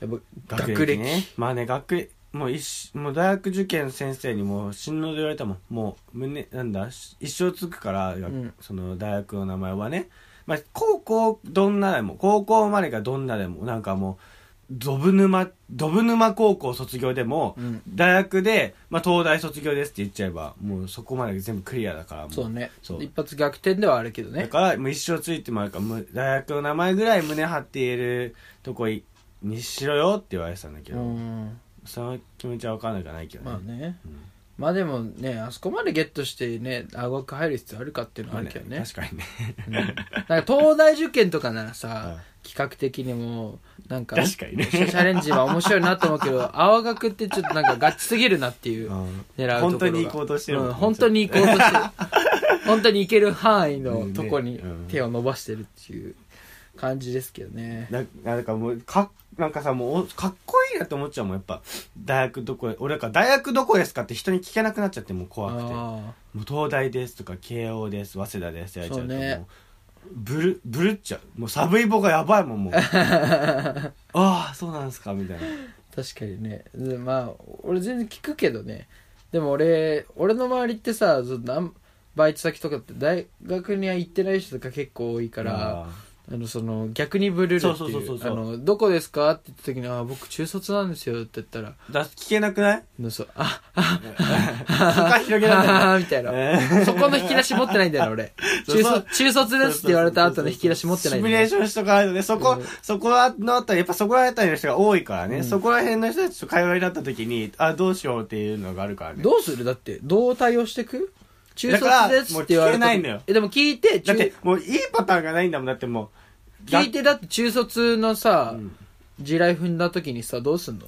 Speaker 2: やっぱ学歴
Speaker 1: ねまあね学歴もう一もう大学受験先生にもう死ぬので言われたもんもう胸なんだし一生つくから、
Speaker 2: ん
Speaker 1: その大学の名前はね、まあ、高校どんなでも高校までがどんなでもなんかもうドブ沼ドブ沼高校卒業でも、
Speaker 2: うん
Speaker 1: 大学で、まあ、東大卒業ですって言っちゃえばもうそこまで全部クリアだからも
Speaker 2: そうね
Speaker 1: そう
Speaker 2: 一発逆転ではあるけど
Speaker 1: だ
Speaker 2: ね
Speaker 1: からもう一生ついてもらうからもう大学の名前ぐらい胸張って言えるとこいにしろよって言われてたんだけ
Speaker 2: う
Speaker 1: ど、
Speaker 2: ん
Speaker 1: その気持ちは分かんなくはないけどね,、
Speaker 2: まあね
Speaker 1: うん
Speaker 2: まあでもねあそこまでゲットしてね青学入る必要あるかっていうの
Speaker 1: ま
Speaker 2: は
Speaker 1: あね
Speaker 2: あるけどね
Speaker 1: 確かにね
Speaker 2: なんか東大受験とかなら
Speaker 1: う
Speaker 2: さ
Speaker 1: ん、
Speaker 2: 企画的にも、なんか、
Speaker 1: 確かにね
Speaker 2: チャレンジは面白いなと思う けど、青学ってちょっとなんかガチすぎるなっていう、
Speaker 1: うん
Speaker 2: 狙うところが
Speaker 1: 本当に行こうとしてるもん
Speaker 2: う
Speaker 1: ね
Speaker 2: ん、本当に行こうとしてる。 本当に行ける範囲のとこ
Speaker 1: ね
Speaker 2: に
Speaker 1: うん
Speaker 2: 手を伸ばしてるっていう感じですけどね。
Speaker 1: ななんかもうかっなんかさもうおかっこいいなって思っちゃうもんやっぱ大学どこ俺なんか大学どこですかって人に聞けなくなっちゃってもう怖くても
Speaker 2: あ
Speaker 1: う東大ですとか慶応です早稲田ですって言われちゃうと
Speaker 2: そうね
Speaker 1: もうブルブルっちゃうもうサブイボがやばいも んもうああそうなんですかみたいな
Speaker 2: ー確かにね。でまあ、俺全然聞くけどね。でも俺、俺の周りってさ、そなんバイト先とかって大学には行ってない人とか結構多いから、
Speaker 1: あ
Speaker 2: あのその逆にブルるって
Speaker 1: そうそう
Speaker 2: い
Speaker 1: そう
Speaker 2: う
Speaker 1: そう
Speaker 2: あのどこですかって言った時に「あ僕中卒なんですよ」って言ったら
Speaker 1: ーだ聞けなくない
Speaker 2: 「のそうあ
Speaker 1: 他広げられない
Speaker 2: あ」みたいなそこの引き出し持ってないんだよね
Speaker 1: そう
Speaker 2: 俺中
Speaker 1: そう
Speaker 2: 卒中卒ですって言われた後の引き出し持ってない
Speaker 1: シ
Speaker 2: ん
Speaker 1: ミュ
Speaker 2: だ
Speaker 1: レー
Speaker 2: よ
Speaker 1: ションしとかないとね、そこ、
Speaker 2: うん
Speaker 1: そこのあたり、やっぱそこら辺りの人が多いからね、
Speaker 2: うん
Speaker 1: そこら辺の人たちと会話になった時に、あ、どうしようっていうのがあるからね。
Speaker 2: どうするだってどう対応してく中卒ですって言わ
Speaker 1: だからもう聞け
Speaker 2: れ
Speaker 1: な
Speaker 2: た
Speaker 1: いん
Speaker 2: 時
Speaker 1: だよ
Speaker 2: えでも聞いて
Speaker 1: だ
Speaker 2: 中
Speaker 1: って、もういいパターンがないんだもん、だってもう。
Speaker 2: 聞いてだって中卒の
Speaker 1: だ
Speaker 2: さ
Speaker 1: うん
Speaker 2: 地雷踏んだ時にさどうすんの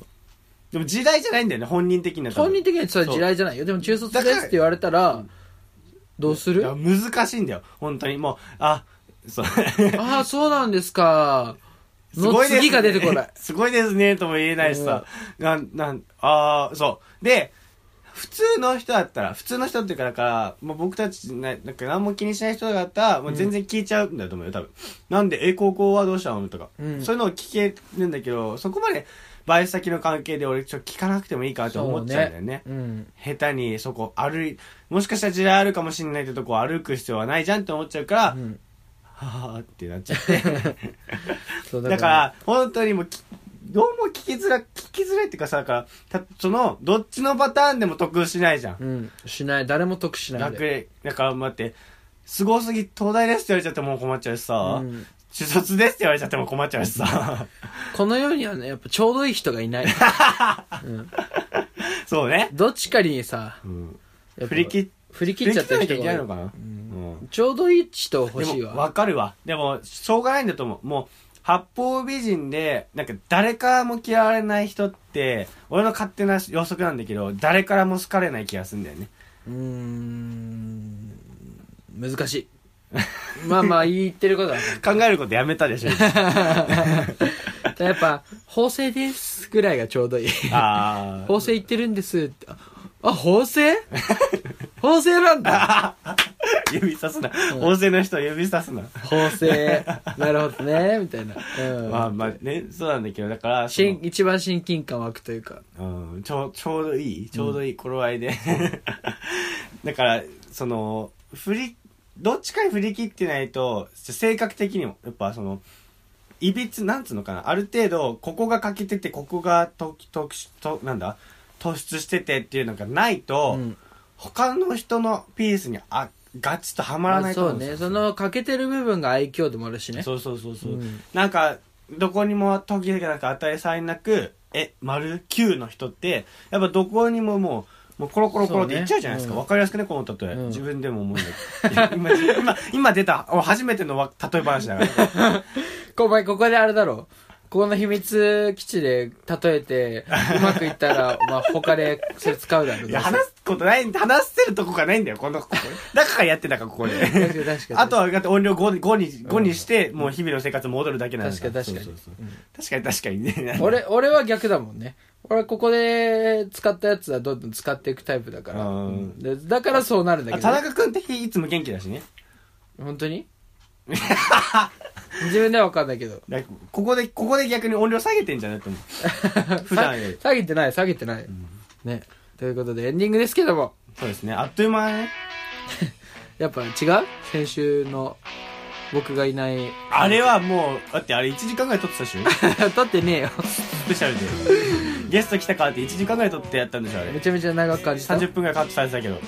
Speaker 1: でも時代じゃないんだよね、本人的には多分。
Speaker 2: 本人的にはそれ地雷じゃないよでも中卒ですって言われたらどうす
Speaker 1: い
Speaker 2: る
Speaker 1: や難しいんだよ、本当に。もう、あ、そう。
Speaker 2: ああ、そうなんですか。
Speaker 1: す
Speaker 2: の
Speaker 1: ごいですね
Speaker 2: 次が出て こない。。
Speaker 1: すごいですね、とも言えないしさ。なん、なん、ああ、そう。で、普通の人だったら、普通の人っていうか、だから、もう僕たちな、なんか何も気にしない人だったら、もう全然聞いちゃうんだと思うよ、多分。なんで、え、高校はどうしたのとか、
Speaker 2: うん
Speaker 1: そういうのを聞けるんだけど、そこまで、バイト先の関係で俺、ちょっと聞かなくてもいいかなって思っちゃうんだよね。
Speaker 2: うん。
Speaker 1: 下手にそこ歩い、もしかしたら時代あるかもしれないってとこ歩く必要はないじゃんって思っちゃうから、
Speaker 2: うん
Speaker 1: はぁーってなっちゃって。
Speaker 2: そう
Speaker 1: だから、本当にもうき、どうも聞きづら、聞きづらいっていうかさ、だから、たその、どっちのパターンでも得しないじゃん。
Speaker 2: うん。しない。誰も得しない
Speaker 1: 学
Speaker 2: で。
Speaker 1: 歴。だから待って、すごすぎ、東大ですって言われちゃってもう困っちゃうしさ、
Speaker 2: うん
Speaker 1: 中卒ですって言われちゃっても困っちゃうしさ、
Speaker 2: この世にはね、やっぱちょうどいい人が いない。うん
Speaker 1: そうね。
Speaker 2: どっちかにさ、
Speaker 1: うん。
Speaker 2: やっぱ
Speaker 1: 振り切っ、
Speaker 2: 振り
Speaker 1: 振
Speaker 2: 切
Speaker 1: り
Speaker 2: っち
Speaker 1: 切
Speaker 2: ゃっ
Speaker 1: ってて
Speaker 2: る
Speaker 1: なきゃいけないの
Speaker 2: 人が多
Speaker 1: かな。
Speaker 2: う
Speaker 1: うん
Speaker 2: い。ちょうどいい人欲しい
Speaker 1: でも、
Speaker 2: わ。
Speaker 1: わかるわ。でも、しょうがないんだと思う。もう、八方美人で、なんか誰からも嫌われない人って、俺の勝手な予測なんだけど、誰からも好かれない気がするんだよね。
Speaker 2: うーん。難しい。まあまあ言ってることは分
Speaker 1: 考えることやめたで しょ。
Speaker 2: かるやっぱ、法制ですぐらいがちょうどいい。
Speaker 1: あ
Speaker 2: 縫製行ってるんですってああ縫製縫製な んだ
Speaker 1: あ。指さすな。大勢の人は指さすな。
Speaker 2: 縫製なるほどねみたいな、うん
Speaker 1: まあまあね、そうなんだけど、だから、そ
Speaker 2: しん
Speaker 1: の
Speaker 2: 一番親近感湧くというか
Speaker 1: うん、ちょうちょうどいい、ちょうどいい頃合いで。 だから、その、振り、どっちかに振り切ってないと、性格的にも、やっぱその、いびつ、なんつうのかな、ある程度、ここが欠けてて、ここがと、と、と、なんだ、突出しててっていうのがないと、
Speaker 2: うん
Speaker 1: 他の人のピースにあガチッとはまらないと思
Speaker 2: そううん
Speaker 1: です
Speaker 2: ね
Speaker 1: よ
Speaker 2: その欠けてる部分が愛嬌でもあるしね
Speaker 1: そうそうそうそう、
Speaker 2: うん
Speaker 1: なんかどこにも時々なんか与えされなくえ丸9の人ってやっぱどこにももうもうコロコロコロっていっちゃうじゃないですか、
Speaker 2: そうねうん
Speaker 1: わかりやすくねこの例え、
Speaker 2: うん
Speaker 1: 自分でも思うんだけど 今今今出た俺初めてのわ例え話 だから
Speaker 2: こお前ここであれだろここの秘密基地で例えてうまくいったらまあ他でそれ使うだろう
Speaker 1: いや話すことない話せるとこがないんだよこのここだからやってたからここで
Speaker 2: 確かに確かに
Speaker 1: あとはだって音量 5, 5, に5にして、もう日々の生活戻るだけなんだ
Speaker 2: 確かに確か
Speaker 1: そ
Speaker 2: に
Speaker 1: うそうそう確かに確かにね
Speaker 2: 俺俺は逆だもんね俺はここで使ったやつはどんどん使っていくタイプだから、
Speaker 1: うん
Speaker 2: うんでだからそうなるんだ
Speaker 1: あ
Speaker 2: け
Speaker 1: 田
Speaker 2: ど、ね、
Speaker 1: 中君的にいつも元気だしね
Speaker 2: 本当に 自分では分かんないけど
Speaker 1: だからここでここで逆に音量下げてんじゃないと思う 普段より
Speaker 2: 下げてない下げてない、ねということでエンディングですけども
Speaker 1: そうですねあっという間ね
Speaker 2: やっぱ違う先週の僕がいない
Speaker 1: あれはもうだってあれ1時間ぐらい撮ってたでしょ
Speaker 2: 撮ってねえよ
Speaker 1: スペシャルで ゲスト来たからって1時間ぐらい撮ってやったんでしょあれ
Speaker 2: めちゃめちゃ長く感じた
Speaker 1: 30分ぐらいカットされてたけど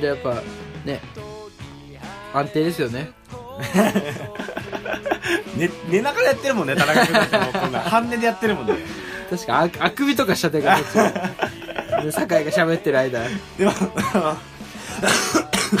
Speaker 2: でやっぱね安定ですよね
Speaker 1: 寝寝ながらやってるもんね田中君たちもこんな半寝でやってるもんね
Speaker 2: 確かああくびとかしたてがこっち で酒井が喋ってる間
Speaker 1: でも聞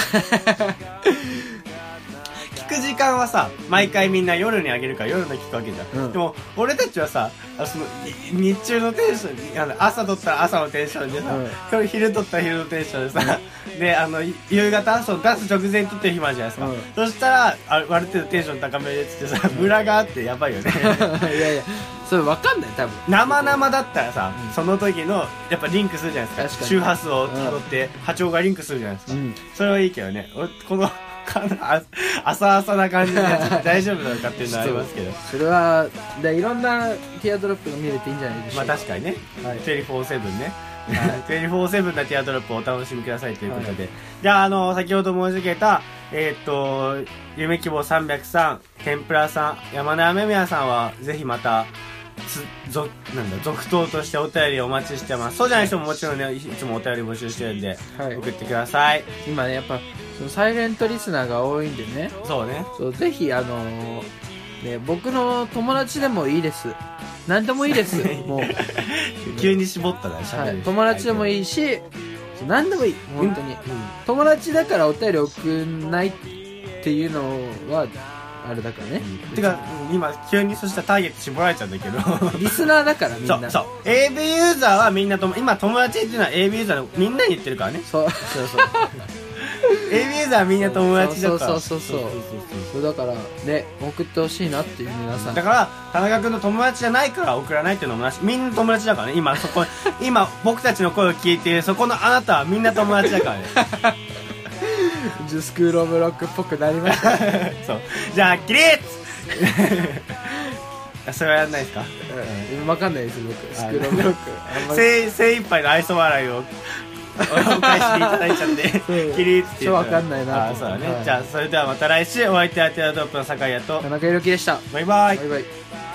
Speaker 1: く時間はさ毎回みんな夜にあげるから夜の聞くわけじゃん、
Speaker 2: うん
Speaker 1: でも俺たちはさあそのい日中のテンションあの朝撮ったら朝のテンションでさ、
Speaker 2: うん
Speaker 1: 今日昼撮ったら昼のテンションでさ、であのい夕方その出す直前に撮ってる日もあるじゃないですか、
Speaker 2: うん
Speaker 1: そしたらあある程度テンション高めでっつってさムラがあってやばいよ ね
Speaker 2: いやいやそれ分かんない多分
Speaker 1: 生々だったらさ、その時のやっぱリンクするじゃないです
Speaker 2: 確か
Speaker 1: か
Speaker 2: に
Speaker 1: 周波数をたどって波長がリンクするじゃないですか、
Speaker 2: うん
Speaker 1: それはいいけどね俺このかあ浅々な感じのや つ大丈夫なのかっていうのはありますけど
Speaker 2: それはでいろんなティアドロップが見れていいんじゃないでし
Speaker 1: ま
Speaker 2: ょ
Speaker 1: あ
Speaker 2: うか、
Speaker 1: 確かにね、
Speaker 2: はい
Speaker 1: 24-7ね、24-7なティアドロップをお楽しみくださいということで、じゃああの先ほど申し上げたえーっと夢希望303天ぷらさん山根雨宮さんはぜひまたつ続なんだ続投としてお便りお待ちしてますそうじゃない人ももちろんねいいつもお便り募集してるんで、
Speaker 2: はい
Speaker 1: 送ってください
Speaker 2: 今ねやっぱそのサイレントリスナーが多いんでね
Speaker 1: そうね
Speaker 2: そうぜひあのーね、僕の友達でもいいです何でもいいです もう、
Speaker 1: 急に絞ったな喋
Speaker 2: は
Speaker 1: る
Speaker 2: い、
Speaker 1: 人
Speaker 2: 友達でもいいし何でもいい本当に、
Speaker 1: うん
Speaker 2: 友達だからお便り送んないっていうのはあれだからね、
Speaker 1: てか今急にそしたらターゲット絞られちゃうんだけど
Speaker 2: リスナーだ からみん
Speaker 1: そ
Speaker 2: な
Speaker 1: うそう AB ユーザーはみんなとも今友達っていうのは AB ユーザーのみんなに言ってるからね
Speaker 2: そう
Speaker 1: そうそう AB ユーザーはみんな友達だから
Speaker 2: そうそうそうそう
Speaker 1: そ
Speaker 2: そうだからね送ってほしいなっていう皆さん
Speaker 1: だから田中君の友達じゃないから送らないっていうのもなしみんな友達だからね今そこ 今僕たちの声を聞いているそこのあなたはみんな友達だからね
Speaker 2: ジュスクールオブロックっぽくなりました、
Speaker 1: そうじゃあ起立 それはやんないですか
Speaker 2: うん、分かんないです僕スクールオブロックあんまり
Speaker 1: 精精一杯の愛想笑いをお返ししていただいちゃって
Speaker 2: そう
Speaker 1: キリッて
Speaker 2: ちょっとわかんないな
Speaker 1: あそうだね、
Speaker 2: はい
Speaker 1: じゃあそれではまた来週お相手はティアドロップの酒屋と
Speaker 2: 田中裕樹でした
Speaker 1: バイバイ
Speaker 2: バイバイ
Speaker 1: 「